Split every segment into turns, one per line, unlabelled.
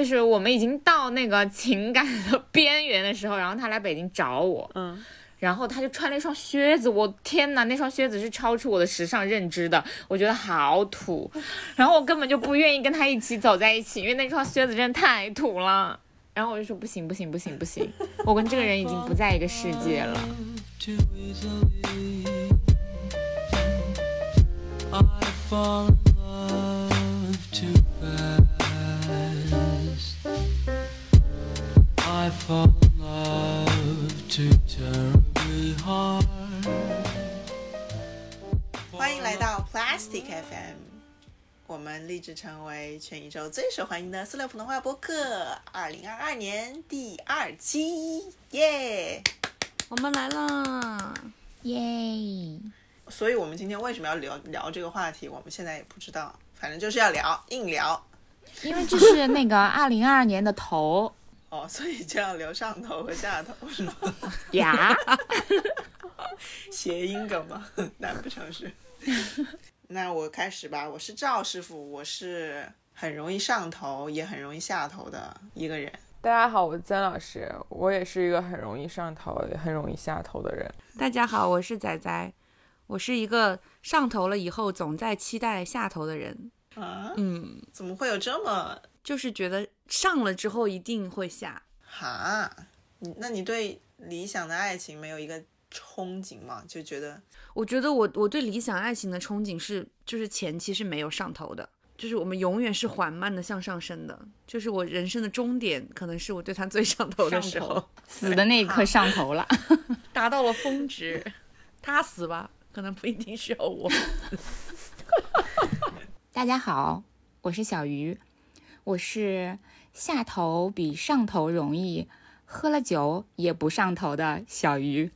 就是我们已经到那个情感的边缘的时候，然后他来北京找我，
嗯，
然后他就穿了一双靴子，我天哪，那双靴子是超出我的时尚认知的，我觉得好土，然后我根本就不愿意跟他一起走在一起，因为那双靴子真的太土了。然后我就说不行不行不行不行，我跟这个人已经不在一个世界了。
too easily. I fall in love too fast. I fall in love too terribly hard.
哦
欢迎来到 Plastic FM，我们立志成为全宇宙最受欢迎的塑料普通话播客，二零二二年第二期，耶、
我们来啦！
耶！
所以我们今天为什么要聊聊这个话题，我们现在也不知道，反正就是要聊，硬聊
因为这是那个二零二二年的头
哦，所以就要留上头和下头，是吗？
呀，
谐音梗吗？ 难不成是？ 那我开始吧，我是赵师傅，我是很容易上头，也很容易下头的一个人。
大家好，我是曾老师，我也是一个很容易上头、也很容易下头的人。
大家好，我是仔仔，我是一个上头了以后总在期待下头的人。
啊，
嗯，
怎么会有这么
就是觉得上了之后一定会下。
哈？你那你对理想的爱情没有一个憧憬吗？就觉得
我觉得我我对理想爱情的憧憬是，就是前期是没有上头的，就是我们永远是缓慢的向上升的。就是我人生的终点，可能是我对他最上头的时
上
候，
死的那一刻上头了。
达到了峰值。 他死吧，可能不一定需要我。
大家好，我是小鱼，我是下头比上头容易，喝了酒也不上头的小鱼。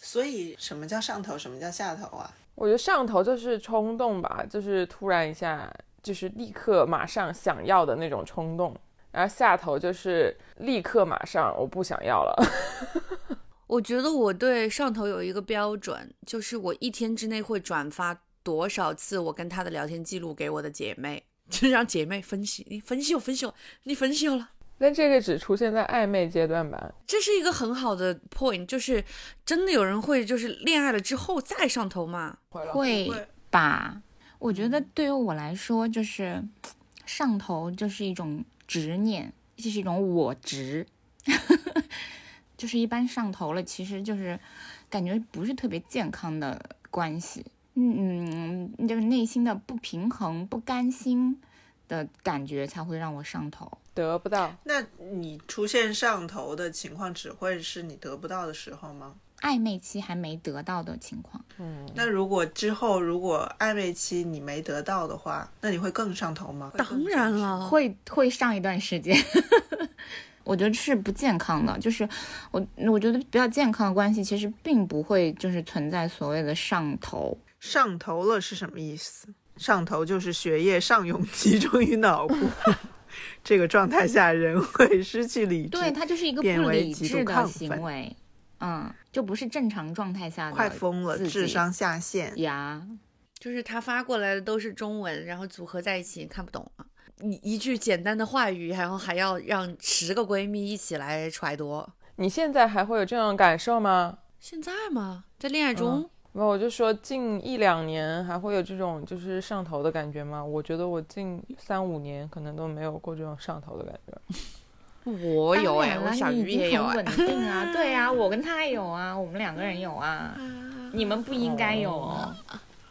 所以什么叫上头，什么叫下头啊？
我觉得上头就是冲动吧，就是突然一下，就是立刻马上想要的那种冲动。然后下头就是立刻马上我不想要了，
我觉得我对上头有一个标准，就是我一天之内会转发多少次我跟他的聊天记录给我的姐妹， 就是让姐妹分析，你分析我，分析我，你分析我了。
但这个只出现在暧昧阶段吧。
这是一个很好的 point，就是真的有人会就是恋爱了之后再上头吗？
会
会
吧？我觉得对于我来说，就是上头就是一种执念，就是一种我执， 就是一般上头了，其实就是感觉不是特别健康的关系。嗯，就是内心的不平衡、不甘心的感觉才会让我上头。
得不到，
那你出现上头的情况，只会是你得不到的时候吗？
暧昧期还没得到的情况，
嗯
那如果之后如果暧昧期你没得到的话，那你会更上头吗？
当然了，
会会上一段时间。 我觉得是不健康的，就是我我觉得比较健康的关系，其实并不会就是存在所谓的上头。
上头了是什么意思？上头就是血液上涌集中于脑部，这个状态下人会失去理智。
对，它就是一个
变
不
为
理
极
智
度
的
亢
行
奋
为，嗯，就不是正常状态下的。
快疯了，
自己
智商下线。
呀，
就是他发过来的都是中文，然后组合在一起看不懂啊。一一句简单的话语，然后还要让十个闺蜜一起来揣度。
你现在还会有这种感受吗？
现在吗？在恋爱
嗯
中？
那我就说近一两年还会有这种就是上头的感觉吗？我觉得我近三五年可能都没有过这种上头的感觉。
我有哎、
当然
我
了
小
你已
鱼
经
也有
很
哎、
稳定啊，对啊，我跟他有啊，我们两个人有啊，你们不应该有哦。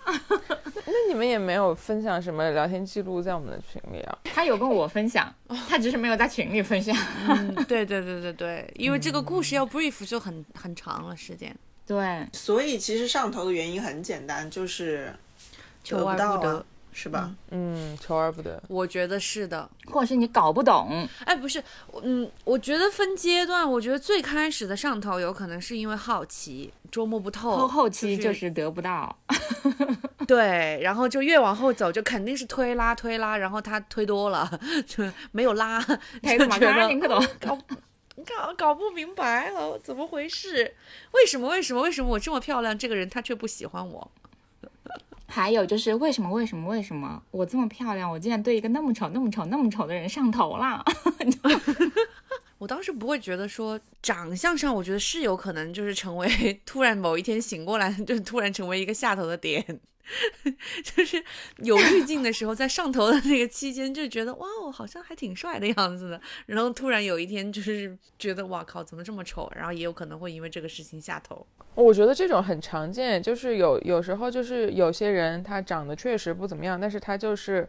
那你们也没有分享什么聊天记录在我们的群里啊？
他有跟我分 享，他只是没有在群里分享。
嗯， 对对对对对，因为这个故
嗯
事要 brief 就很很长了时间，
对，
所以其实上头的原因很简单，就是得
求而
不到
不
啊
得。，
是吧？
嗯，求而不得。
我觉得是的，
或者是你搞不懂，
哎，不是，我嗯，我觉得分阶段，我觉得最开始的上头有可能是因为好奇，捉摸不透，
后后期
就
就是是得不 到，
对，然后就越往后走，就肯定是推拉推拉，然后他推多了， 就没有拉，
他
就
马
觉
上
得
听不 懂。
搞搞不明白了，怎么回事？为什么？为什么？为什么我这么漂亮，这个人他却不喜欢我？
还有就是为什么为什么为什么我这么漂亮，我竟然对一个那么丑那么丑那么丑的人上头了？
我当时不会觉得说长相上，我觉得是有可能就是成为突然某一天醒过来，就是突然成为一个下头的点， 就是有滤镜的时候，在上头的那个期间就觉得哇，我好像还挺帅的样子的，然后突然有一天就是觉得哇靠，怎么这么丑？然后也有可能会因为这个事情下头。
我觉得这种很常见，就是有有时候就是有些人他长得确实不怎么样，但是他就是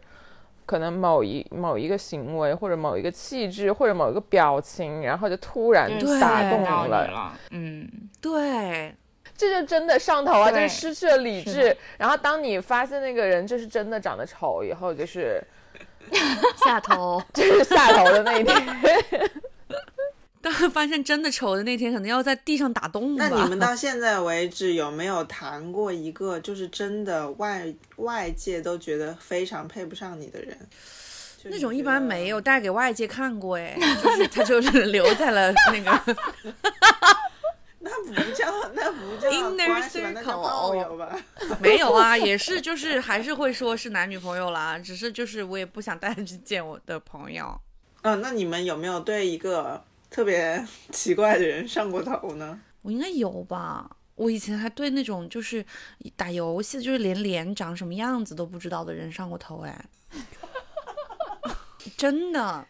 可能某一某一个行为或者某一个气质或者某一个表情，然后就突然
就是
打
吓
动
到
你
你
了，
了，嗯，
对，
这就真的上头啊，就
对
是失去了理
是
智。然后当你发现那个人就是真的长得丑以后， 就是
下头。
就是下头的那一天。
当发现真的丑的那天，可能要在地上打洞吧。
那你们到现在为止有没有谈过一个就是真的外外界都觉得非常配不上你的人？就
那
你
种一
觉
般
得
没有，带给外界看过 哎，就是他就是留在了那个
那不叫那不叫
Inner
关系吧，那叫
circle
炮友吧。
没有啊，也是就是还是会说是男女朋友啦，只是就是我也不想带他去见我的朋友。
嗯，那你们有没有对一个特别 奇怪的人上过头呢？
我应该有吧？我以前还对那种就是打游戏，就是连脸长什么样子都不知道的人上过头 哎，真的，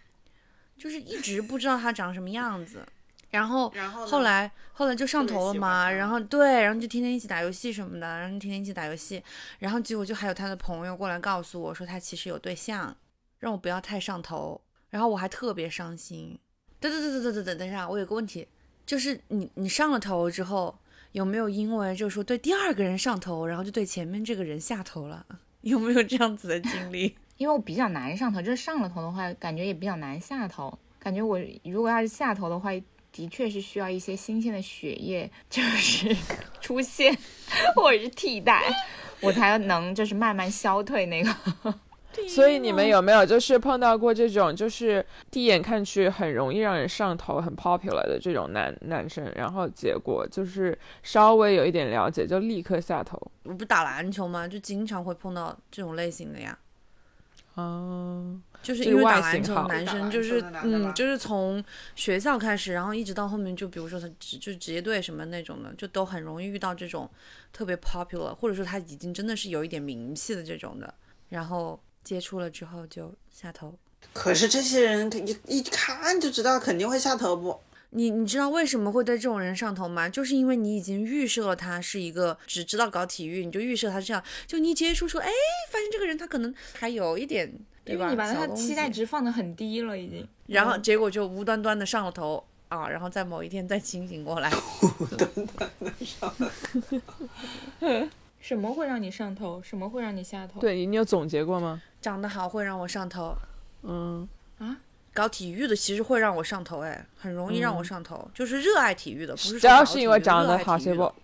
就是一直不知道他长什么样子，然后
然后呢
后来后来就上头了嘛，
特别喜欢他
然后对，然后就天天一起打游戏什么的，然后天天一起打游戏，然后结果就还有他的朋友过来告诉我说他其实有对象，让我不要太上头，然后我还特别伤心。对对对对对对对，等一下，我有个问题，就是你你上了头之后，有没有因为就是说对第二个人上头，然后就对前面这个人下头了？ 有没有这样子的经历？
因为我比较难上头，就是上了头的话，感觉也比较难下头。感觉我如果要是下头的话，的确是需要一些新鲜的血液，就是 出现或者是替代，我才能就是慢慢消退那个。
所以你们有没有就是碰到过这种，就是第一眼看去很容易让人上头、很 popular 的这种男男生，然后结果就是稍微有一点了解就立刻下头？
我不打篮球嘛，就经常会碰到这种类型的呀。
嗯，
就是
就
因为
是
打
外
篮
形
球的
好
男
打
生
篮
就
球
是
的男的吧
嗯，就是从学校开始，然后一直到后面，就比如说他职就职业队什么那种的，就都很容易遇到这种特别 popular，或者说他已经真的是有一点名气的这种的，然后接触了之后就下头。
可是这些人一一看就知道肯定会下头不？
你你知道为什么会对这种人上头吗？就是因为你已经预设了他是一个只知道搞体育，你就预设他这样，就你一接触说，哎，发现这个人他可能还有一点，对吧？小东西
值嗯放的很低了，已经。
然后结果就无端端的上了头啊，然后在某一天再清醒过来，
什么会让你上头？什么会让你下头？
对你你有总结过吗？
长得好会让我上头，
嗯，
搞体育的其实会让我上头，哎，很容易让
嗯
我上头，就是热爱体育的，不是
只
说
要
搞
是
体
因
育
为长
热
得
爱
好，
体育
谁
的
不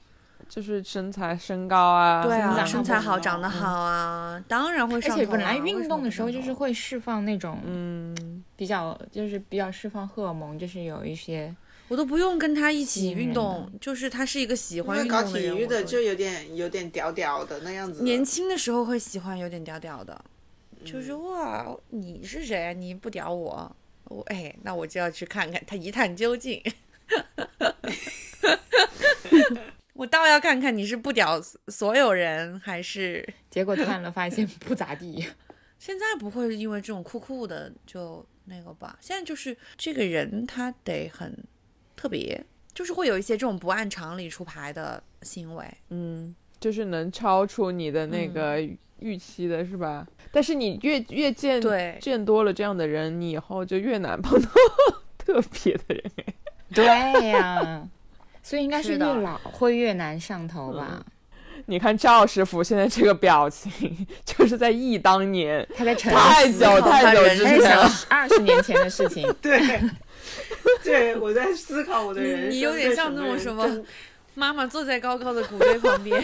就是身材、身高啊？
对
然
啊，
后
身材好，
嗯
长得好啊，当然会
而
上头、啊。
且本来
为什
运
么
动
不
的时候
上
就是
头啊
会释放那种
嗯，
比较，就是比较释放荷尔蒙，就是有一些
我都不用跟他一起
嗯
运动，就是他是一个喜
因
欢
为
运
搞
动的
体
人，
育
我
的
都
就有点有点屌屌的那样子。
年轻的时候会喜欢有点屌屌的，
嗯
就是哇，你是谁啊？你不屌我，我哎，那我就要去看看他一探究竟。 我倒要看看你是不屌所有人，还是
结果看了发现 不咋地。
现在不会因为这种酷酷的就那个吧？现在就是这个人他得很特别，就是会有一些这种不按常理出牌的行为。
嗯就是能超出你的那
嗯
个预期的是吧？但是你越越见
对
见多了这样的人，你以后就越难碰到 特别的人。
对呀、所以应该是
是
越
的
老会越难上头吧？
你看赵师傅现在这个表情，就是在忆当年，
嗯
他在沉
太
哎思
久
好
太
看
久
人
之
他在
前
想
了。
二十年前的事情。
对，对我在思考我的人生。
你有点像那种什么妈妈坐在高高的谷堆旁边，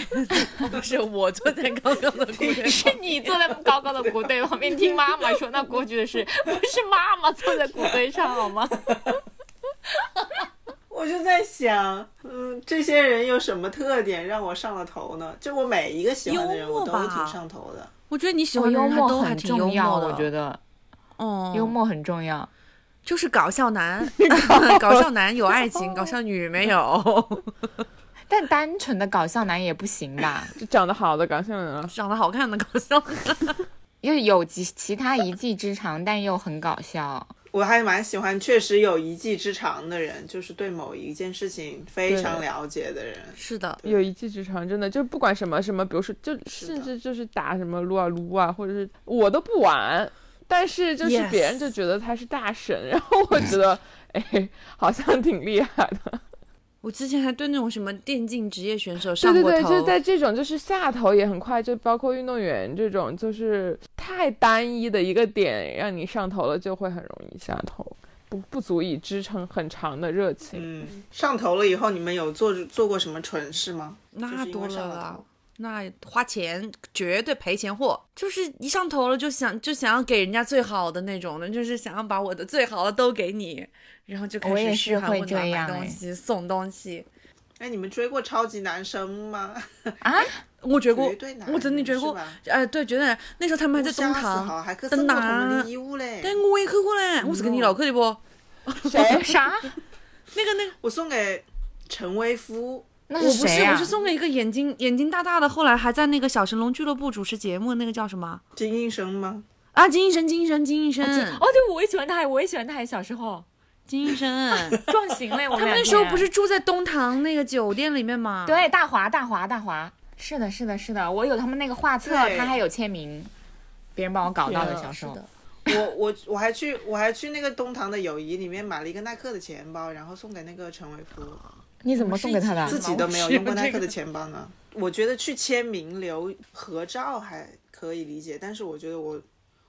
不是我坐在高高的谷堆旁
是你坐在高高的谷堆旁边听妈妈说，那过去的事不是妈妈坐在谷堆上好吗？
我就在想，嗯，这些人有什么特点让我上了头呢？就我每一个喜欢的人，
幽默
我都
吧
会挺上头的。
我觉得你喜
我
欢的
幽
人还都
默
还
很
挺幽
重要，
默的，
我觉得
嗯，
幽默很重要。
就是搞笑男， 搞笑男有爱情，搞笑女没有。
但单纯的搞笑男也不行 吧？
就长得好的搞笑人啊，
长得好看的搞笑男，
又有其其他一技之长，但又很搞笑。
啊
我还蛮喜欢，确实有一技之长的人，就是对某一件事情非常
对
了解的人。
是的，
有一技之长，真的就不管什么什么，比如说就甚至就是打什么撸啊撸啊，或者是我都不玩，但是就是
Yes
别人就觉得他是大神，然后我觉得哎，好像挺厉害的。
我之前还对那种什么电竞职业选手
对
上
对
过头，
对，就是在这种就是下头也很快，就包括运动员这种，就是太单一的一个点让你上头了，就会很容易下头，不不足以支撑很长的热情。
嗯，上头了以后，你们有做做过什么蠢事吗？
那
就是因
多
为
了啊
上了
啦
头。
那花钱绝对赔钱货，就是一上头了就想就想要给人家最好的那种的，就是想要把我的最好的都给你，然后就开
我也
始
是
嘘寒
会
问暖
这
买
样
东
哎
西送东西。
哎，你们追过超级男生吗？
哎
我觉
绝
得过
对男，人，
我真的觉得
是
过，
吧
哎，对，觉得那时候他们还在东
吓死好，
塘，
还去
真
送
的
过
啊
同门的衣物嘞。
但我也去过嘞，
嗯
我是跟你老去的不？
谁
啥？
那个那个，
我送给陈威夫，
那
我不
谁啊
是，
呀、
我是送给一个眼睛眼睛大大的，后来还在那个小神龙俱乐部主持节目，那个叫什么
金医生吗？
啊？金医生，金医生，金医生，
哦，对，我也喜欢他，我也喜欢他。小时候
金医生。
撞型嘞，我
他们 那时
啊
候不是住在东塘那个酒店里面吗？，
对大华，大华，大华，是的，是的，是的，我有他们那个画册，
对
他还有签名，别人帮我搞到啊的。小时
是
候
的，
我我我还去我还去那个东堂的友谊里面买了一个耐克的钱包，然后送给那个陈伟夫，
你怎么送给他的？啊
自己都没有
是
用过耐
这
克
个
的钱包呢。我觉得去签名留合照还可以理解，但是我觉得我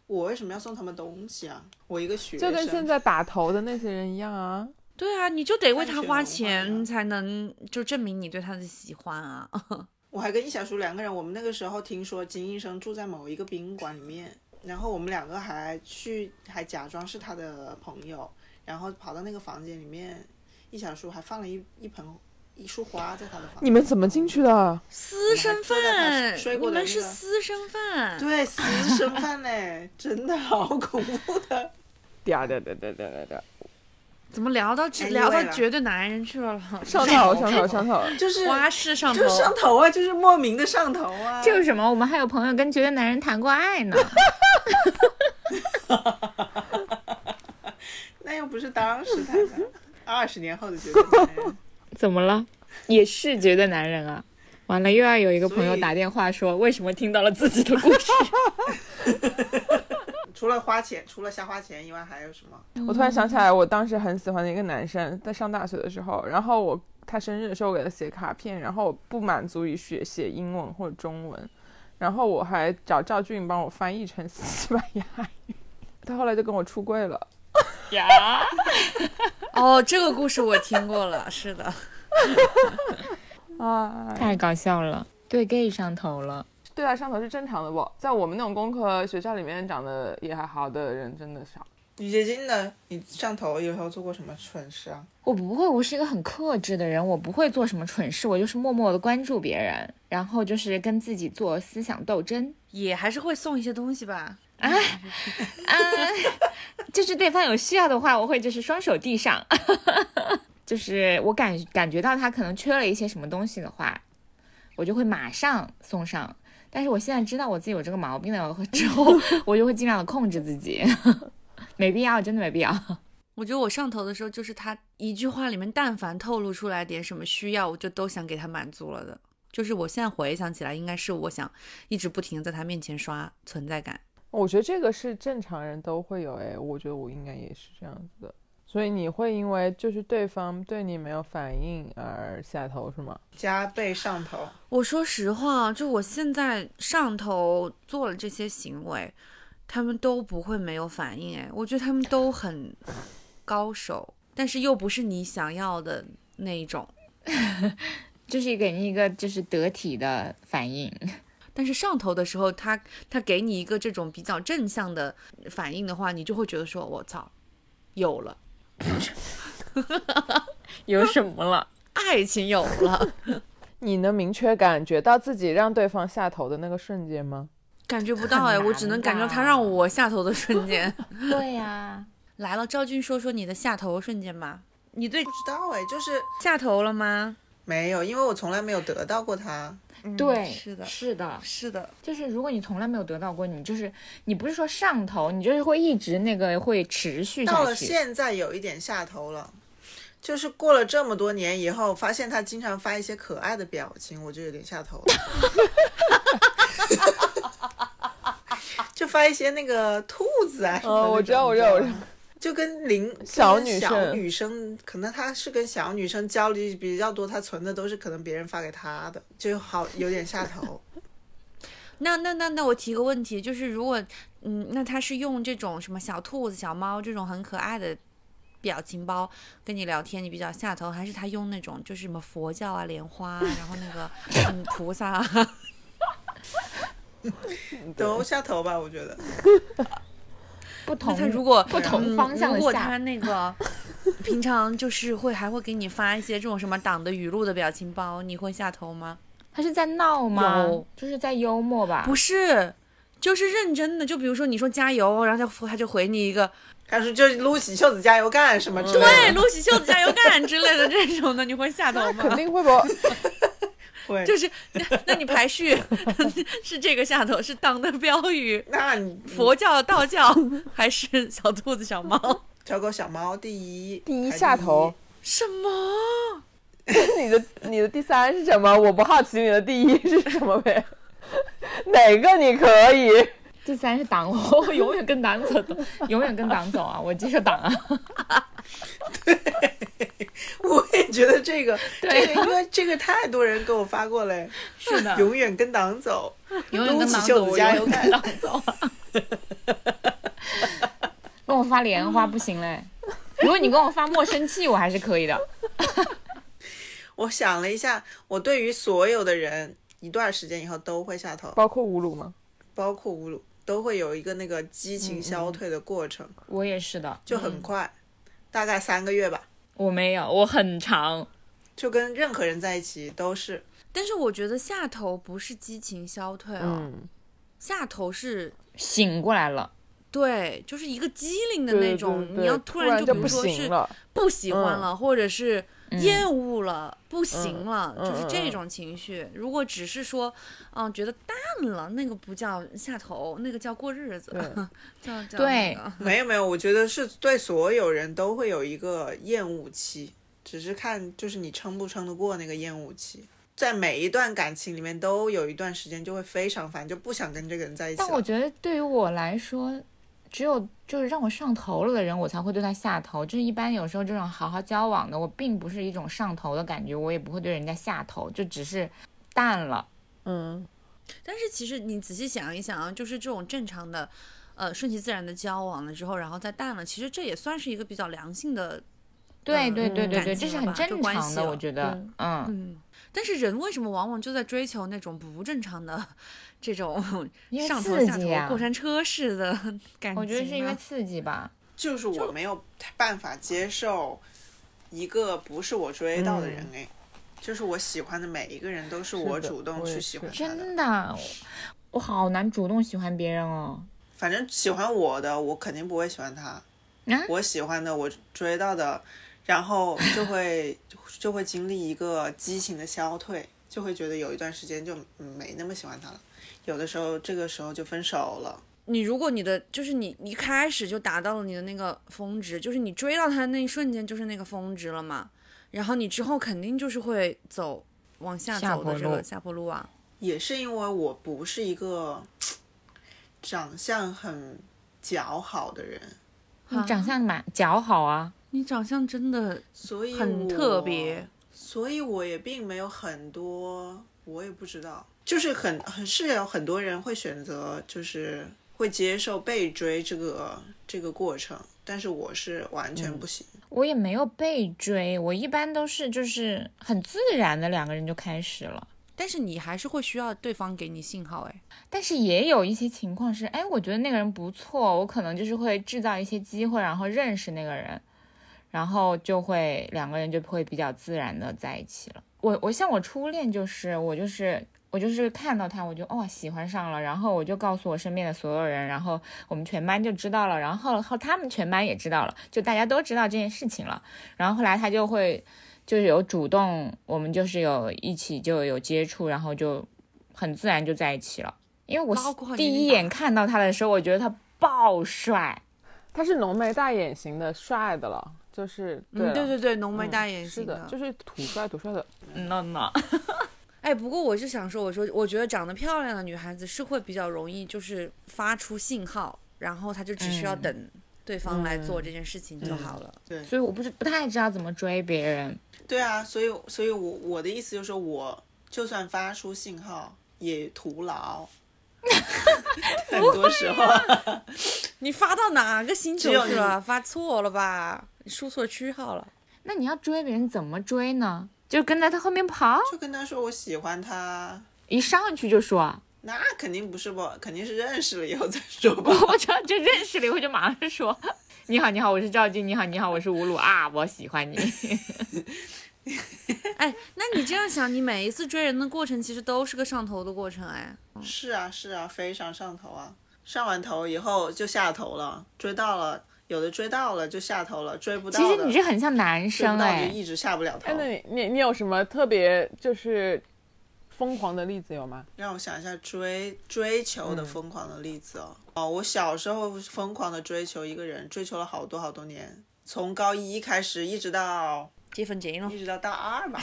我为什么要送他们东西啊？我一个学
就跟现
生，
在打头的那些人一样啊，
对啊，你就得为他花
安全文化呀
钱才能就证明你对他的喜欢啊。
我还跟一小叔两个人，我们那个时候听说金医生住在某一个宾馆里面，然后我们两个还去还假装是他的朋友，然后跑到那个房间里面，一小叔还放了一一盆一束花在他的房间。
你们怎么进去的？啊
私生份，
睡
你
过的
们
那
是
个
私生份。
对，私生饭嘞，真的好恐怖的。
嗲嗲嗲嗲嗲嗲嗲，
怎么聊到这
Anyway
聊到
啦
绝对男人去了？
上头上头上头，
就是
花式上头
就，是上头啊，就是莫名的上头 啊。
这有什么？我们还有朋友跟绝对男人谈过爱呢。
那又不是当时谈的，二十年后的绝对男 人。
怎么了？也是绝对男人啊！完了，又要有一个朋友
所以
打电话说，为什么听到了自己的故事？
除了花钱，除了瞎花钱以外，还有什么？
我突然想起来，我当时很喜欢的一个男生，在上大学的时候，然后我他生日的时候，我给他写卡片，然后我不满足于学写英文或者中文，然后我还找赵俊帮我翻译成西班牙语，他后来就跟我出柜了。
呀，
哦，这个故事我听过了，是的，
啊，
太搞笑了，对 gay 上头了。
对啊，上头是正常的不？在我们那种工科学校里面，长得也还好的人真的少。
李洁晶呢？你上头以后做过什么蠢事啊？
我不会，我是一个很克制的人，我不会做什么蠢事，我就是默默的关注别人，然后就是跟自己做思想斗争。
也还是会送一些东西吧。
啊，就是对方有需要的话，我会就是双手递上， 就是我感感觉到他可能缺了一些什么东西的话，我就会马上送上。但是我现在知道我自己有这个毛病了之 后，我就会尽量的控制自己，没必要，真的没必要。
我觉得我上头的时候，就是他一句话里面，但凡透露出来点什么需要，我就都想给他满足了的。就是我现在回想起来，应该是我想一直不停的在他面前刷存在感。
我觉得这个是正常人都会有，哎，我觉得我应该也是这样子的。所以你会因为就是对方对你没有反应而下头是吗？
加倍上头，
我说实话，就我现在上头做了这些行为，他们都不会没有反应。哎，我觉得他们都很高手，但是又不是你想要的那一种。
就是给你一个就是得体的反应，
但是上头的时候，他他给你一个这种比较正向的反应的话，你就会觉得说，我操，有了。
有什么了？
爱太亲友 了，
你能明确感觉到自己让对方下头的那个瞬间吗？
感觉不到哎，
很
我只
难
能感觉到
吧
他让我下头的瞬间
对呀、
来了。赵俊，说说你的下头瞬间吧。你对
不知道哎，就是
下头了吗？
没有，因为我从来没有得到过他。
对，
是的
嗯是的，
是的，
就是如果你从来没有得到过，你就是你不是说上头，你就是会一直那个会持续
到
下
了
去。
现在有一点下头了，就是过了这么多年以后，发现他经常发一些可爱的表情，我就有点下头了。 就发一些那个兔子啊什么的那
嗯，
种、
我知道，我知
你
道，我知道
吗。就跟零
小
就跟
女
小
生
女生，可能她是跟小女生交流比较多，她存的都是可能别人发给她的，就好有点下头。
那那那那我提个问题，就是如果嗯，那他是用这种什么小兔子、小猫这种很可爱的表情包跟你聊天，你比较下头，还是他用那种就是什么佛教啊、莲花啊，然后那个嗯菩萨啊？
嗯
都下头吧，我觉得。
不同
那他如果
不同
嗯
方向的
如果
下，
他那个平常就是会还会给你发一些这种什么党的语录的表情包，你会下头吗？
他是在闹吗
有？
就是在幽默吧？
不是。就是认真的，就比如说你说加油，然后他他就回你一个
他说就撸起袖子加油干什么
嗯
之类
对，
的，
撸起袖子加油干之类的这种的，你会下头吗？
肯定会 不。
对
就是那那你排序 是这个下头是党的标语，
那你
佛教、道教还是小兔子、小猫？
小狗小猫第一，
第一
排
下头，
什么？
你的你的第三是什么？我不好奇你的第一是什么呗？ 哪个你可以？
第三是党，我 永远跟党走，永远跟党走啊！我接受党啊！
第一， 我也觉得这个，
对
这个，因为这个太多人给我发过嘞，
是的
永远跟党 走，
永远
撸
跟
起
党
袖
走，
子
我永
加油
远跟。
干
党走啊！跟我发莲花不行嘞，如果你跟我发莫生气，我还是可以的。
我想了一下，我对于所有的人，一段时间以后都会下头，
包括侮辱吗？
包括侮辱，都会有一个那个激
嗯
情消退的过程，
我也是的，
就很快，大概三个月吧，
我没有，我很长。
就跟任何人在一起都是
但是我觉得下头不是激情消退啊、
嗯，
下头是
醒过来了，
对，就是一个机灵的
对
那
对
种，
对
你要
对突
然就
就
比
不
如说
行
是
了，
不喜欢
嗯
了，或者是
嗯
厌恶了，不行了，
嗯
就是
嗯
这
嗯
种情绪。如果只是说，嗯、觉得淡了，那个不叫下头，那个叫过日子， 叫叫
对
那个
没有没有，我觉得是对所有人都会有一个厌恶期，只是看就是你撑不撑得过那个厌恶期。在每一段感情里面，都有一段时间就会非常烦，就不想跟这个人在一起
但我
了。
觉得对于我来说，只有就是让我上头了的人，我才会对他下头。就是一般有时候这种好好交往的，我并不是一种上头的感觉，我也不会对人家下头，就只是淡了。
嗯，
但是其实你仔细想一想啊，就是这种正常的，呃，顺其自然的交往了之后，然后再淡了，其实这也算是一个比较良性的。
对
嗯
对对对
感
对，
情
这是
了
很
吧就
正
关
常
系
的，
了
我觉得，嗯，
嗯，但是人为什么往往就在追求那种不正常的这种
因为
上头
刺
下
激
头、
呀
过山车式的感情呢？啊
我觉得是因为刺激吧。
就是我没有办法接受一个不是我追到的人哎，就是我喜欢的每一个人都是我
是的
主动
我也
去
是
喜欢他的，
真的，我我好难主动喜欢别人哦。
反正喜欢我的我肯定不会喜欢他，
啊，
我喜欢的，我追到的，然后就会就会经历一个激情的消退，就会觉得有一段时间就嗯没那么喜欢他了。有的时候，这个时候就分手了。
你如果你的就是你一开始就达到了你的那个峰值，就是你追到他的那一瞬间就是那个峰值了嘛，然后你之后肯定就是会走往下
下
走的
坡
这个
路
下坡路啊。
也是因为我不是一个长相很姣好的人，
你
啊
长相蛮姣好啊，
你长相真的
所以
很
我
特别，
所以我也并没有很多，我也不知道，就是很很是有很多人会选择，就是会接受被追这个这个过程，但是我是完全
嗯
不行。
我也没有被追，我一般都是就是很自然的两个人就开始了。
但是你还是会需要对方给你信号哎。
但是也有一些情况是，哎，我觉得那个人不错，我可能就是会制造一些机会，然后认识那个人，然后就会两个人就会比较自然的在一起了。我我像我初恋就是我就是我就是看到他我就哦喜欢上了，然后我就告诉我身边的所有人，然后我们全班就知道了，然后后他们全班也知道了，就大家都知道这件事情了。然后后来他就会就是有主动，我们就是有一起就有接触，然后就很自然就在一起了。因为
包
我
括
第
你
一
吧
眼看到他的时候，我觉得他爆帅，
他是浓眉大眼型的帅的了，就是对
嗯，
了、
对对对，浓眉
嗯
大眼
是
型
的，就是土帅土帅的，
no no，
哎，不过我是想说，我说我觉得长得漂亮的女孩子是会比较容易就是发出信号，然后她就只需要
嗯
等对方来做这件事情就好了。
对
所以我不是不太知道怎么追别人。
对啊，所以所以我我的意思就是，我就算发出信号也徒 劳，很多时候。
啊你发到哪个星球
只有
去了？发错了吧？你输错区号了。
那你要追别人怎么追呢？就跟在他后面跑，
就跟他说我喜欢他，
一上去就说，
那肯定不是吧？肯定是认识了以后再说吧。
我就就认识了以后就马上说，你好你好，我是赵静，你好你好，我是吴鲁啊，我喜欢你。
哎，那你这样想，你每一次追人的过程其实都是个上头的过程，哎，
是啊，是啊，非常上头啊！上完头以后就下头了，追到了，有的追到了就下头了，追不到
其
的
实你这很像男
追不
生
到就
哎，
一直下不了头
哎，。那你你你有什么特别就是疯狂的例子有吗？
让我想一下追追求的疯狂的例子哦。哦，我小时候疯狂的追求一个人，追求了好多好多年，从高一开始一直到
结婚结了
一。直到大二吧。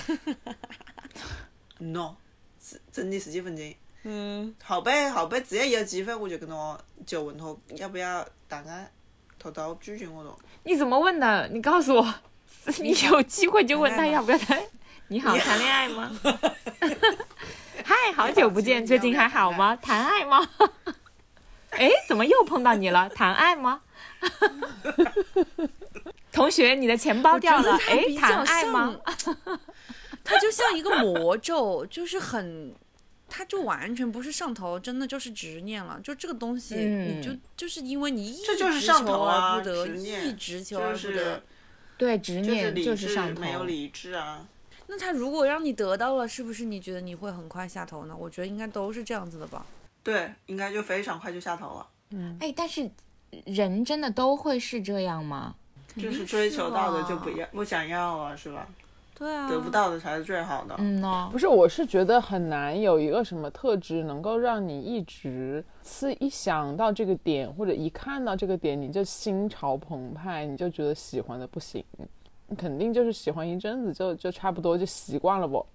no，真真的是结婚证。
嗯，
后背后背，只要有机会我就跟他就问他要不要答案，偷偷拒绝我咯。
你怎么问的？你告诉我，你有机会就问他要不要谈。你好，谈恋爱吗？ 嗨，好久不见，最近还好吗？谈爱吗？ 哎，怎么又碰到你了？谈爱吗？ 同学，你的钱包掉了，哎，谈爱吗？？
他就像一个魔咒，就是很，他就完全不是上头，真的就是执念了。就这个东西，
嗯
你就就是因为你一
这就是
直
上头
求
啊
而不得，
执念
一直求而
就
不得
是。
对，执
就是
念
理
就是
智
上头
没，有理智啊，
那他如果让你得到了，是不是你觉得你会很快下头呢？我觉得应该都是这样子的吧。
对，应该就非常快就下头了。
哎，但是人真的都会是这样吗？
就是追求到的就不
定
要不想要了，是吧？
对啊，
得不。到的才是最好的。
嗯哦
不，是，我是觉得很难有一个什么特质能够让你一直是一想到这个点或者一看到这个点你就心潮澎湃，你就觉得喜欢的不行，你肯定就是喜欢一阵子就就差不多就习惯了不？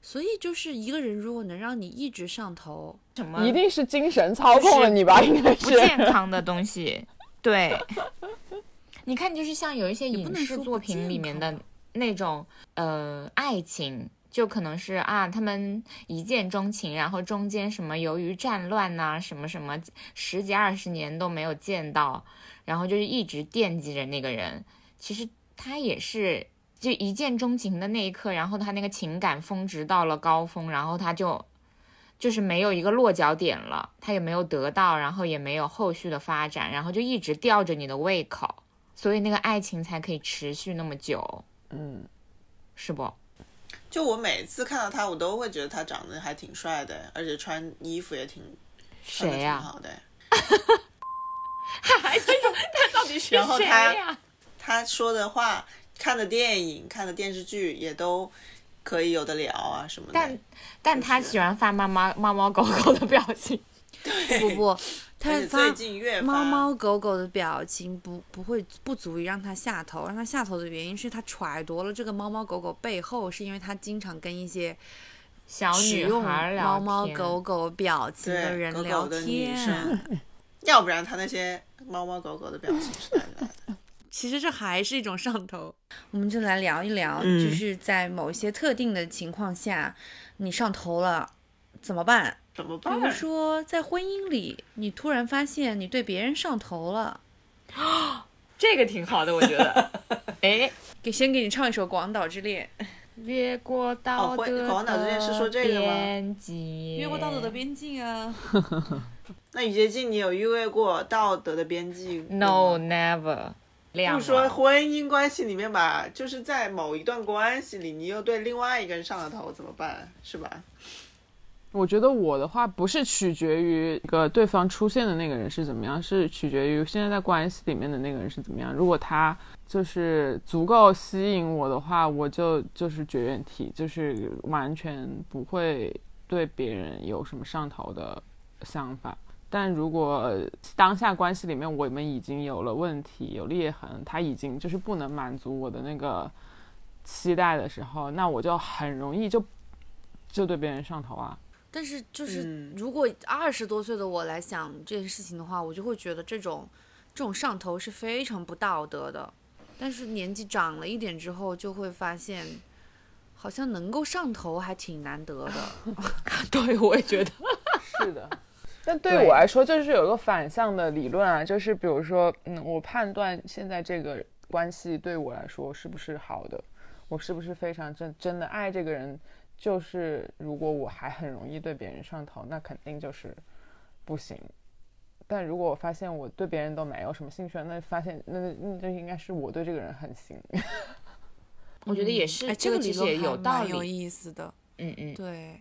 所以就是一个人如果能让你一直 上头，
什么
一定是精神操控了你吧？应该
嗯不
是。
健康的东西。对，你看，就是像有一些
不
影
能
视
说不
作品里
健
面
康
的那种呃爱情，就可能是啊，他们一见钟情，然后中间什么由于战乱呐、什么什么十几二十年都没有见到，然后就是一直惦记着那个人。其实他也是。就一见钟情的那一刻，然后他那个情感峰值到了高峰，然后他就就是没有一个落脚点了，他也没有得到，然后也没有后续的发展，然后就一直吊着你的胃口，所以那个爱情才可以持续那么久，
嗯，
是不？
就我每次看到他，我都会觉得他长得还挺帅的，而且穿衣服也挺穿的
谁
挺
呀、
好的。
到底是
然后
谁
他
呀、
他说的话、看的电影、看的电视剧也都可以有的聊啊什么的。
但但他喜欢发猫猫猫猫狗狗的表情，
不不，他
而且
发
最近越发
猫猫狗狗的表情不不会不足以让他下头，让他下头的原因是他揣度了这个猫猫狗狗背后，是因为他经常跟一些
小
使
女
用
孩儿聊
猫猫
天
狗狗表情的
对
人
狗
聊
狗的女
天。
生，要不然他那些猫猫狗狗的表情是哪里来的？
其实这还是一种上头。我们就来聊一聊，
嗯
就是在某一些特定的情况下，你上头了怎么办？
怎么
比
办？
如说，在婚姻里，你突然发现你对别人上头了，
这个挺好的，我觉 得。哎，
给先给你唱一首《广岛之 恋》。
越过道
哦会
德
广岛之恋是说这个吗
边界，
边境啊！
那雨洁净，你有越过道德的边际
No, never。亮了。
不说婚姻关系里面吧，就是在某一段关系里，你又对另外一个人上了头，怎么办？是吧？
我觉得我的话不是取决于一个对方出现的那个人是怎么样，是取决于现在在关系里面的那个人是怎么样。如果他就是足够吸引我的话，我就就是绝缘体，就是完全不会对别人有什么上头的想法。但如果呃当下关系里面我们已经有了问题、有裂痕，他已经就是不能满足我的那个期待的时候，那我就很容易就就对别人上头啊。
但是就是
嗯
如果二十多岁的我来想这件事情的话，我就会觉得这种这种上头是非常不道德的。但是年纪长了一点之后，就会发现，好像能够上头还挺难得的。 对，我也觉得。
是的。但对我来说，就是有一个反向的理论啊，就是比如说，嗯，我判断现在这个关系对我来说是不是好的，我是不是非常真真的爱这个人，就是如果我还很容易对别人上头，那肯定就是不行。但如果我发现我对别人都没有什么兴趣，那发现那那那就应该是我对这个人很行。
我觉得也是，
哎，
嗯这
个
其
理
实也
论
有
还
道
蛮有
理。
意思的。
嗯嗯，
对，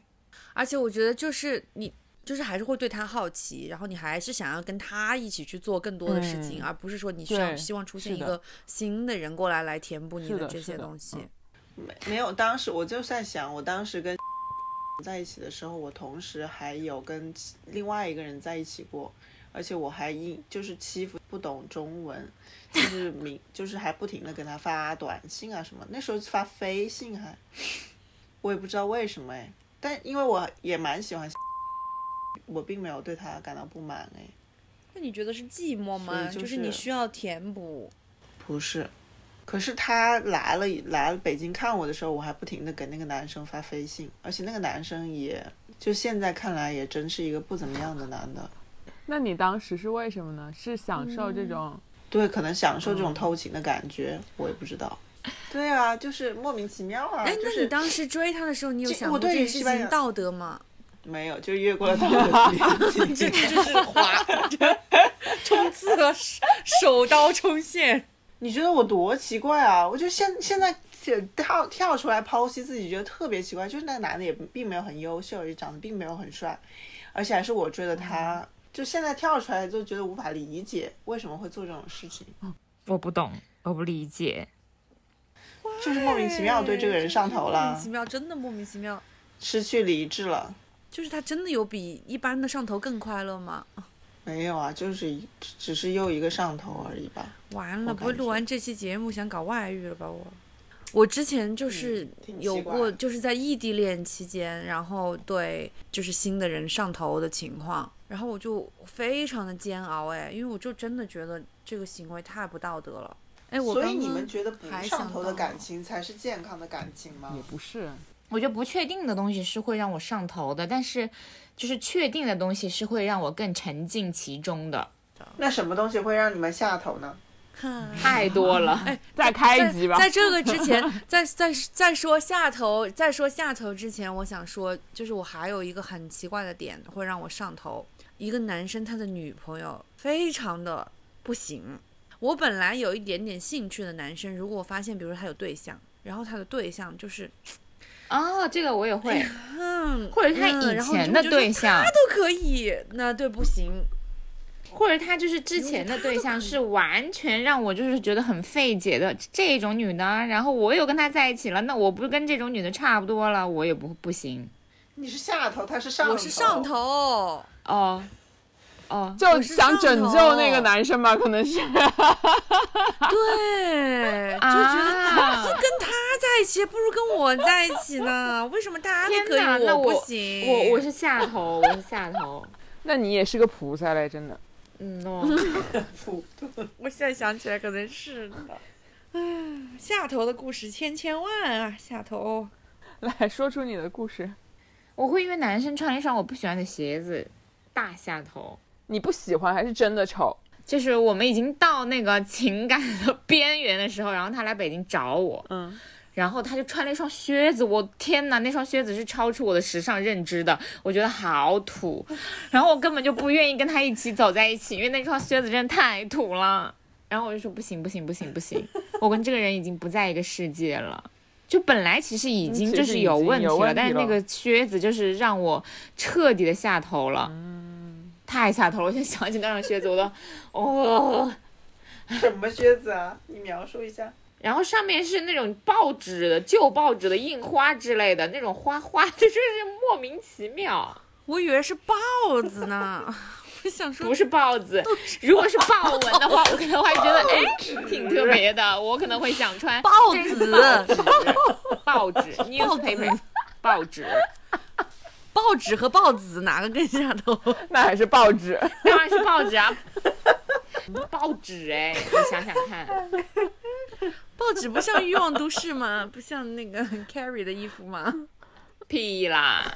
而且我觉得就是你，就是还是会对他好奇，然后你还是想要跟他一起去做更多的事情，
嗯
而不是说你需要
对
希望出现
是
一
的
个新的人过来来填补你
是的
这
是
些
的
东西。
嗯
没没有，当时我就在想，我当时跟 在一起的时候，我同时还有跟其另外一个人在一起过，而且我还因就是欺负不懂中文，就是明 就是还不停的给他发短信啊什么，那时候发飞信还，我也不知道为什么哎，但因为我也蛮喜欢， 我并没有对他感到不满哎，
那你觉得是寂寞
所
吗？
以就
就是你
是
需要填补。
不是。可是他来了，来了北京看我的时候，我还不停的给那个男生发飞信，而且那个男生也，就现在看来也真是一个不怎么样的男的。
那你当时是为什么呢？是享受这种？
对，可能享受这
嗯
种偷情的感觉，我也不知道。对啊，就是莫名其妙啊，
哎、
就
那你
是
当时追他的时候，你有
这
想
我
过这
对
件
于
事
西班
情
牙
道德吗？
没有，就越过了道 德界
这
限。
就是划冲刺了，手手刀冲线。
你觉得我多奇怪啊？我就现现在跳跳出来剖析自己，觉得特别奇怪。就是那个男的也并没有很优秀，也长得并没有很帅，而且还是我追的他。
嗯
就现在跳出来就觉得无法理解，为什么会做这种事情，
我不懂，我不理解。
就是莫名其妙对这个人上头
哎莫
了
名其，妙，真的莫名其妙。
失去理智了。
就是他真的有比一般的上头更快乐吗？
没有啊，就是一只是又一个上头而已吧。
完了，
我
不会
感
录
觉
完这期节目想搞外遇了吧我？我之前就是
嗯挺奇
有
怪
过，
的
就是在异地恋期间，然后对就是新的人上头的情况，然后我就非常的煎熬哎，因为我就真的觉得这个行为太不道德了哎，我
所以
刚
你
刚
们觉得不
还
上
想
头的
到嗯
感情才是健康的感情吗
也？不是，
我觉得不确定的东西是会让我上头的，但是就是确定的东西是会让我更沉浸其中的，
那什么东西会让你们下头呢？
哈
太多了。
再开一集吧。
在在这个之 前，在在在说下头，在说下头之前，我想说，就是我还有一个很奇怪的点会让我上头。一个男生他的女朋友非常的不行。我本来有一点点兴趣的男生，如果我发现，比如说他有对象，然后他的对象就是，
哦，这个我也会，
嗯，
或者他
嗯
以
然后你
前
就
的
觉得
对象，
都可以，那对不行，
或者他就是之前的对象是完全让我就是觉得很费解的这种女的，然后我又跟她在一起了，那我不是跟这种女的差不多了，我也不不行
你是下头，他是上头。
我是上头。
哦哦，
就
我是
想
上
拯
头
救那个男生吧，可能是。
对，就觉得、
啊
跟他在一起，不如跟我在一起呢？为什么他都
天
可
哪，
以，
那
不
我
行？
我我是下头，我是下头，
那你也是个菩萨嘞，真的。
嗯哦，
头。
我现在想起来可能是的。唉下头的故事千千万啊，下头。
来说出你的故事。
我会因为男生穿了一双我不喜欢的鞋子大下头。
你不喜欢还是真的丑？
就是我们已经到那个情感的 边缘的时候，然后他来北京找我，
嗯，
然后他就穿了一双靴子，我天哪，那双靴子是超出我的时尚认知的，我觉得好土，然后我根本就不愿意跟他一起走在一起，因为那双靴子真的太土了。然后我就说不行不行不行不行，我跟这个人已经不在一个世界了。就本来其实已
嗯
经
其
就
实
是
已
有
经
问题
有
了，
问
但
题
是那
了
个靴子就是让我彻底的下头了，
嗯
太下头了！我现在想起那双靴子，我都哦。
什么靴子啊？你描述一下。
然后上面是那种报纸的旧报纸的印花之类的那种花花，就是莫名其妙。
我以为是豹子呢， 我想说
不是豹子，如果是豹纹的话，我可能会觉得哎挺特别的，我可能会想穿
豹子，
报纸 newspaper 报纸。
报纸和豹子哪个更下头？
那还是报纸。
当然是报纸啊，报纸哎，你想想看，
报纸不像《欲望都市》吗？不像那个 Carrie 的衣服吗？
屁啦！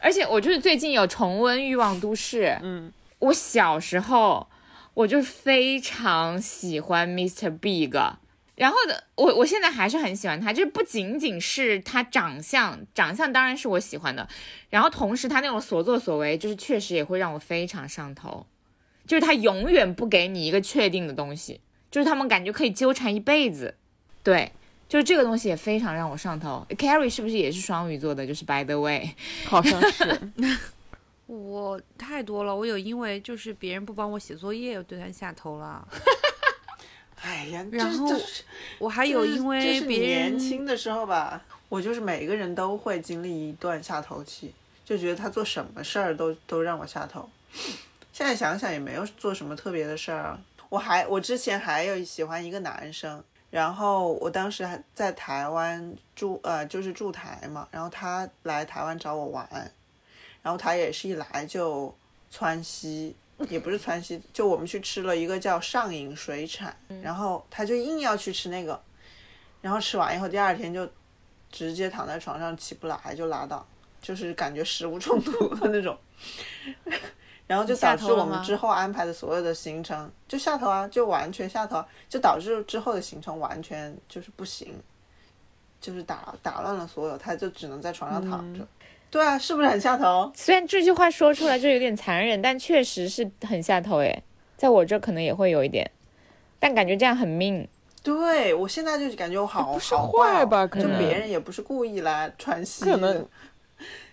而且我就是最近有重温《欲望都市》，
嗯，
我小时候我就非常喜欢 Mr. Big，然后的我我现在还是很喜欢他，就是不仅仅是他长相，长相当然是我喜欢的，然后同时他那种所作所为，就是确实也会让我非常上头，就是他永远不给你一个确定的东西，就是他们感觉可以纠缠一辈子，对。就是这个东西也非常让我上头。Carrie 是不是也是双鱼座的？就是 By the way，
好像是。
我太多了，我有因为就是别人不帮我写作业，我对他下头了。
哎呀，
然后
这是
我还
这
有
是
因
这
为
是你
别
年
人
轻的时候吧，我就是每个人都会经历一段下头期，就觉得他做什么事儿都都让我下头。现在想想也没有做什么特别的事儿啊。我还我之前还有喜欢一个男生，然后我当时还在台湾住呃就是驻台嘛，然后他来台湾找我玩，然后他也是一来就川西，也不是川西，就我们去吃了一个叫上影水产，然后他就硬要去吃那个，然后吃完以后第二天就直接躺在床上起不来就拉倒，就是感觉食物中毒的那种， 然后就导致我
你下头了
们
吗
之后安排的所有的行程就下头啊，就完全下头啊，就导致之后的行程完全就是不行。就是打打乱了所有，他就只能在床上躺着。对啊，是不是很下头？
虽然这句话说出来就有点残忍，但确实是很下头诶，在我这可能也会有一点，但感觉这样很命。
对我现在就是感觉我好
不是
好
坏
坏
吧
哦
可
就
能
别人也不是故意来传戏，
可能。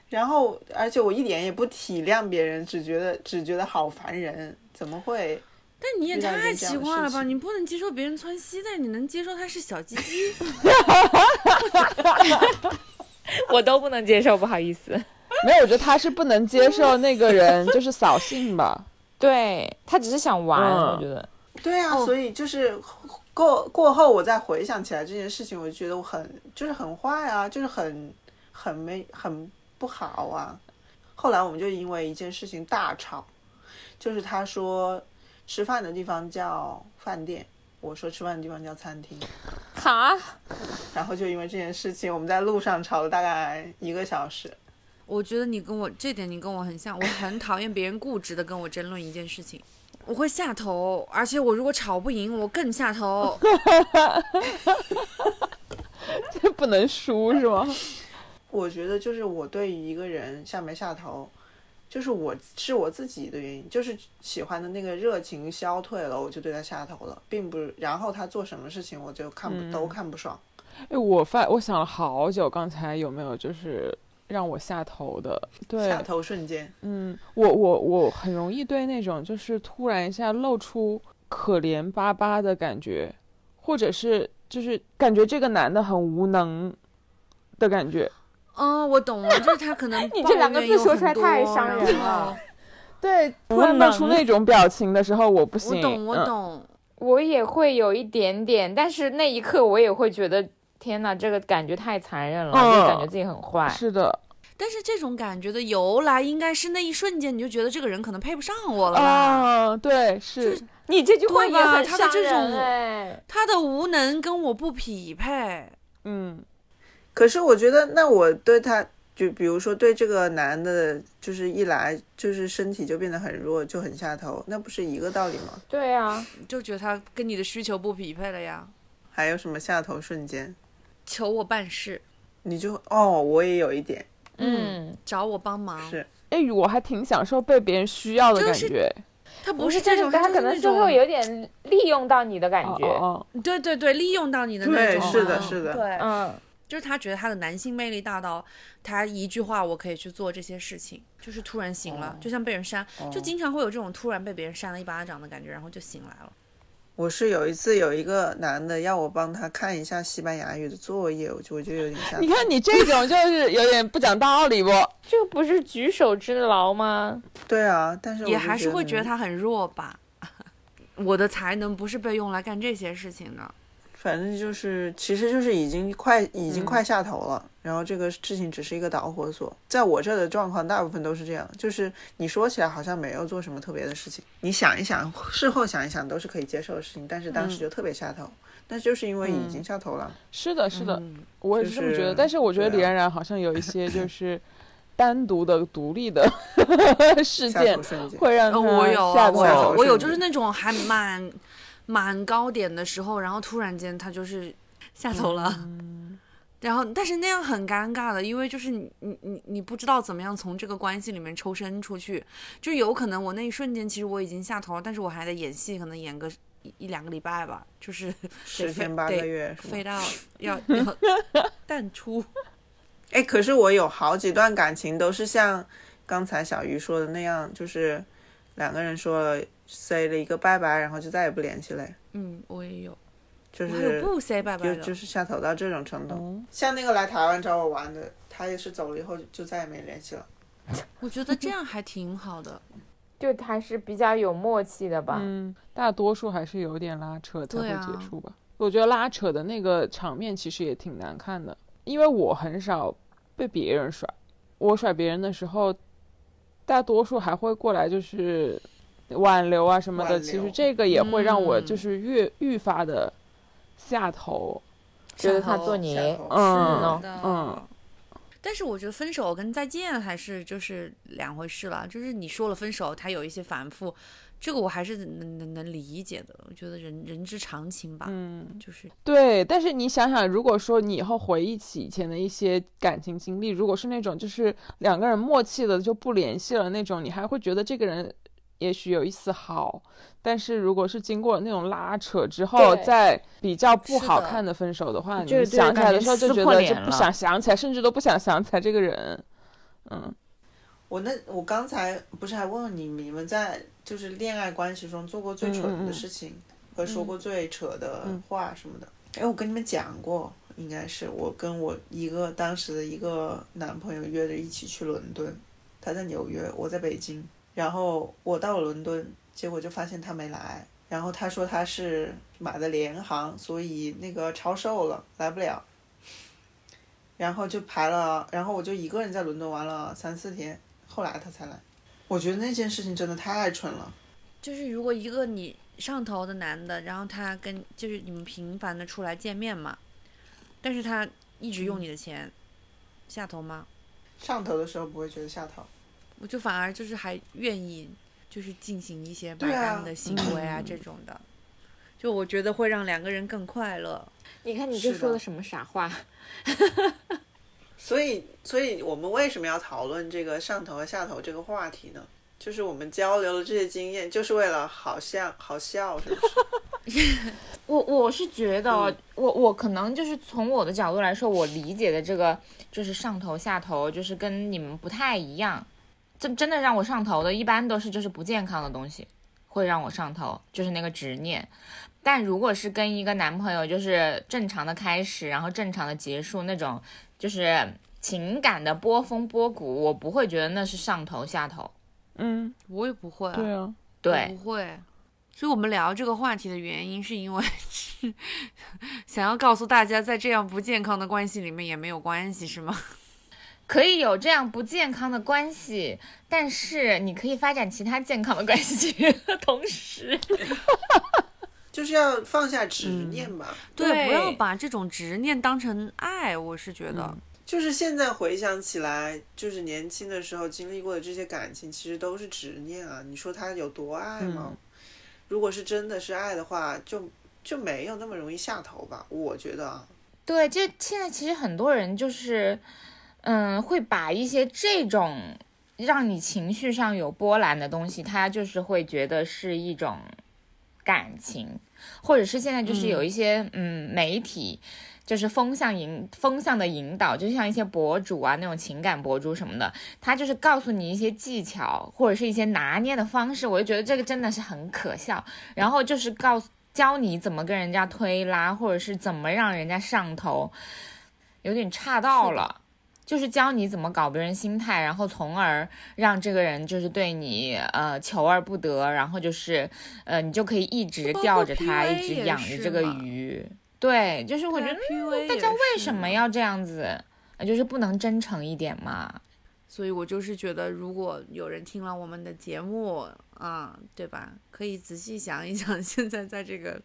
然后，而且我一点也不体谅别人，只觉得只觉得好烦人，怎么会？
但你也
遇到一件
太
这样
奇
的
怪
事
了吧！
情
你不能接受别人窜稀，但你能接受他是小鸡鸡。
我都不能接受，不好意思。
没有，我觉得他是不能接受那个人就是扫兴 吧。
对他只是想玩，
嗯
我觉得
对啊，
哦
所以就是过过后，我再回想起来这件事情，我就觉得我很就是很坏啊，就是很很没很不好啊。后来我们就因为一件事情大吵，就是他说吃饭的地方叫饭店，我说吃饭的地方叫餐厅。
哈，
然后就因为这件事情，我们在路上吵了大概一个小时。
我觉得你跟我这点你跟我很像，我很讨厌别人固执的跟我争论一件事情，我会下头，而且我如果吵不赢，我更下头。
这不能输是吗？
我觉得就是我对于一个人下没下头，就是我是我自己的原因，就是喜欢的那个热情消退了，我就对他下头了，并不是。然后他做什么事情，我就看不、都看不爽。
哎，我发我想了好久，刚才有没有就是让我下头的？对
下，头瞬间，
嗯，我我我很容易对那种就是突然一下露出可怜巴巴的感觉，或者是就是感觉这个男的很无能的感觉。
嗯，我懂了，就是他可能
你这两个
抱怨
字说出来
有很多
太伤人
然后
了
对，突然露出那种表情的时候，我不行。
我懂，我
嗯
懂。
我也会有一点点，但是那一刻我也会觉得，天哪，这个感觉太残忍了，
嗯
就感觉自己很坏。
是的，
但是这种感觉的由来，应该是那一瞬间你就觉得这个人可能配不上我了吧。
啊，对，是
就是
你这句话
对
也
吧
很
他
伤
的这
人
种
哎，
他的无能跟我不匹配，
嗯，
可是我觉得，那我对他，就比如说对这个男的，就是一来就是身体就变得很弱，就很下头，那不是一个道理吗？
对啊，
就觉得他跟你的需求不匹配了呀。
还有什么下头瞬间？
求我办事，
你就哦，我也有一点
嗯，
找我帮忙，
是。
哎，我还挺享受被别人需要的
就
感
是
觉。
他
不
不
是
这
这
种，
种，他
就
可
是
能
那
最后
种
有点利用到你的感觉。
哦
对对对，利用到你的那
对
种啊，
是的是的
对，
嗯，
就是他觉得他的男性魅力大到他一句话我可以去做这些事情，就是突然醒
哦
了，就像被人扇，就经常会有这种突然被别人扇了一巴掌的感觉，然后就醒来了。
我是有一次有一个男的要我帮他看一下西班牙语的作业，我就我就有点吓
你看你这种就是有点不讲道理不？
这不是举手之劳吗？
对啊，但是我
也
就
还是会觉得
你，
他很弱吧。 我的才能不是被用来干这些事情的。
反正就是，其实就是已经快已经
嗯
快下头了，然后这个事情只是一个导火索。在我这儿的状况，大部分都是这样，就是你说起来好像没有做什么特别的事情，你想一想，事后想一想都是可以接受的事情，但是当
嗯
时就特别下头，那就是因为已经下头了。
是的，是的，
嗯
嗯
我也是这么
就是
觉得。但是我觉得
对啊
李冉冉好像有一些就是单独的、独立的 事
下
件
头，瞬间，
会让
呃，我
他
有啊，
嗯下
我
下
有
头
头。
我有，
是
就是那种还蛮蛮高点的时候，然后突然间他就是下头了， 然后但是那样很尴尬的，因为就是你你你你不知道怎么样从这个关系里面抽身出去，就有可能我那一瞬间其实我已经下头了，但是我还得演戏，可能演个一一两个礼拜吧，就是
十天八个月 是吗
飞到要要淡出。
哎，可是我有好几段感情都是像刚才小鱼说的那样，就是两个人说了 say 了一个拜拜，然后就再也不联系了，
嗯，我也有，
就
我还有
是
不 say 拜拜
就
的，哦
就是下头到这种程度。
嗯
像那个来台湾找我玩的，他也是走了以后就再也没联系了。
我觉得这样还挺好的。
就还是比较有默契的吧。
嗯，大多数还是有点拉扯才会
对啊
结束吧。我觉得拉扯的那个场面其实也挺难看的，因为我很少被别人甩，我甩别人的时候，大多数还会过来就是挽留啊什么的。
挽留
其实这个也会让我
嗯
就是越、愈发的下头。
觉得
下
他
头
做你
下头
嗯
是
嗯
的。但是我觉得分手跟再见还是就是两回事了，就是你说了分手，他有一些反复，这个我还是能能能理解的。我觉得人人之常情吧，
嗯，
就是
对。但是你想想，如果说你以后回忆起以前的一些感情经历，如果是那种就是两个人默契的就不联系了那种，你还会觉得这个人也许有一丝好。但是如果是经过那种拉扯之后，
对
再比较不
是
好
的
看的分手的话，
就对
你想起来
感
的
觉
时候就
撕
觉
破
得就
脸
不
了
想想起来，甚至都不想想起来这个人。嗯，
我那我刚才不是还问问你，你们在就是恋爱关系中做过最
嗯
蠢
嗯嗯
的事情和说过最扯的话什么的？哎、我跟你们讲过，应该是我跟我一个当时的一个男朋友约着一起去伦敦，他在纽约，我在北京，然后我到伦敦，结果就发现他没来。然后他说他是买的联航，所以那个超售了，来不了。然后就排了，然后我就一个人在伦敦玩了三四天，后来他才来。我觉得那件事情真的太蠢了。
就是如果一个你上头的男的，然后他跟就是你们频繁的出来见面嘛，但是他一直用你的钱，下头吗？
上头的时候不会觉得下头，
我就反而就是还愿意就是进行一些买
对啊
单的行为啊这种的，就我觉得会让两个人更快乐。
你看你这
是的
说的什么傻话？
所以，所以我们为什么要讨论这个上头和下头这个话题呢？就是我们交流了这些经验，就是为了好像好笑，是不是？
我我是觉得哦，我我可能就是从我的角度来说，我理解的这个就是上头下头，就是跟你们不太一样。真真的让我上头的，一般都是就是不健康的东西会让我上头，就是那个执念。但如果是跟一个男朋友就是正常的开始，然后正常的结束那种，就是情感的波峰波谷，我不会觉得那是上头下头。
嗯，
我也不会、啊，
对啊，
我
对
不会。所以我们聊这个话题的原因，是因为 是想要告诉大家，在这样不健康的关系里面也没有关系，是吗？
可以有这样不健康的关系，但是你可以发展其他健康的关系。 同时，
就是要放下执念吧。
对
不要把这种执念当成爱，我是觉
嗯
得，
就是现在回想起来，就是年轻的时候经历过的这些感情，其实都是执念啊。你说他有多爱吗？如果是真的是爱的话，就就没有那么容易下头吧？我觉得啊，
对，就现在其实很多人就是，嗯，会把一些这种让你情绪上有波澜的东西，他就是会觉得是一种感情，或者是现在就是有一些嗯媒体。就是风向引风向的引导，就像一些博主啊，那种情感博主什么的，他就是告诉你一些技巧或者是一些拿捏的方式，我就觉得这个真的是很可笑。然后就是告诉教你怎么跟人家推拉，或者是怎么让人家上头，有点差到了。就是教你怎么搞别人心态，然后从而让这个人就是对你呃求而不得，然后就是呃你就可以一直
包括
吊着他，
PUA
一直
也
养着
是
这个
嘛
鱼。对，就是我觉得
得
大家为什么？要这样子？呃就是不能真诚一点嘛？
所以我就是觉得，如果有人听了我们的节目，啊、对吧？可以仔细想一想， 现在在这个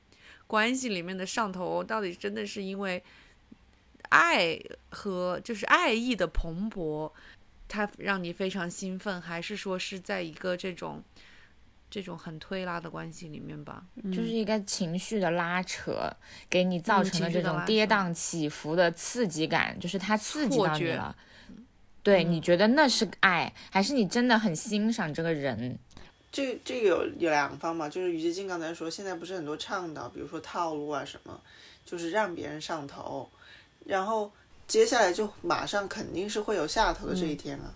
关系里面的上头，到底真的是因为爱和就是爱意的蓬勃，它让你非常兴奋，还是说是在一个这种这种很推拉的关系里面吧？
就是一个情绪的拉扯，给你造
嗯
成
情
的
绪
这
的
种
拉
跌
扯
宕起伏的刺激感，就是它刺激
错
到你
觉嗯
了。对，你觉得那是爱，还是你真的很欣赏这个人？
这这个有有两方嘛，就是于洁静刚才说，现在不是很多倡导，比如说套路啊什么，就是让别人上头，然后接下来就马上肯定是会有下头的这一天啊。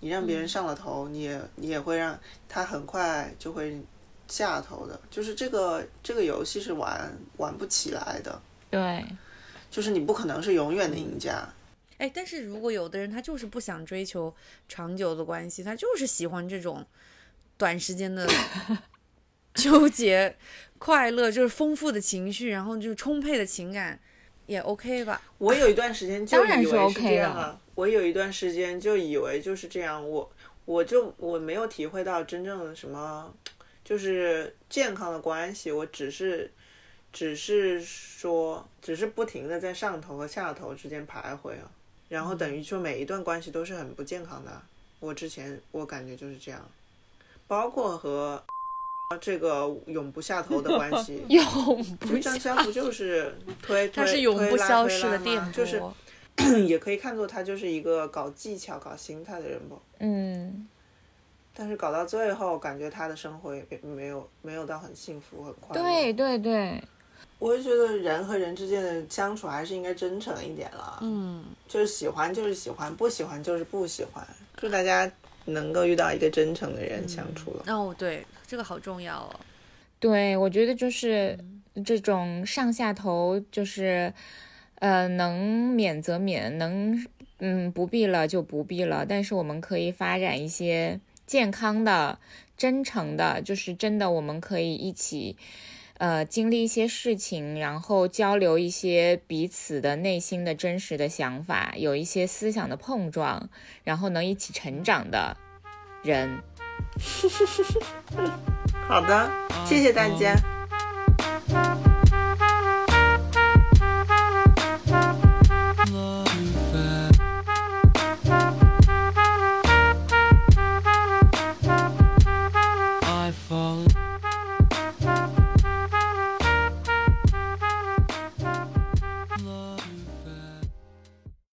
你让别人上了头，你也你也会让他很快就会下头的，就是这个这个游戏是玩玩不起来的，
对，
就是你不可能是永远的赢家。
哎，但是如果有的人他就是不想追求长久的关系，他就是喜欢这种短时 间的纠结、快乐，就是丰富的情绪，然后就充沛的情感，也 OK 吧？
我有一段时间就
当然
以
是
为
OK
这样
的
啊，我有一段时间就以为就是这样，我我就我没有体会到真正的什么，就是健康的关系，我只是只是说，只是不停的在上头和下头之间徘徊啊，然后
嗯，
等于说每一段关系都是很不健康的啊。我之前我感觉就是这样，包括和这个永不下头的关系
永
就张相不就是推推
它是永
推
不
拉
消
推
逝
拉
的
吗
电波，
就是嗯也可以看作他就是一个搞技巧、搞心态的人吧。
嗯，
但是搞到最后，感觉他的生活也没没有没有到很幸福、很
哦
快乐。
对，对对，
我就觉得人和人之间的相处还是应该真诚一点了。
嗯，
就是喜欢就是喜欢，不喜欢就是不喜欢。祝大家能够遇到一个真诚的人相处了。
哦，对，这个好重要哦。
对，我觉得就是这种上下头，就是呃，能免则免，能嗯不必了就不必了。但是我们可以发展一些健康的、真诚的，就是真的我们可以一起。呃，经历一些事情，然后交流一些彼此的内心的真实的想法，有一些思想的碰撞，然后能一起成长的人。
嗯
嗯好的，谢谢大家。
I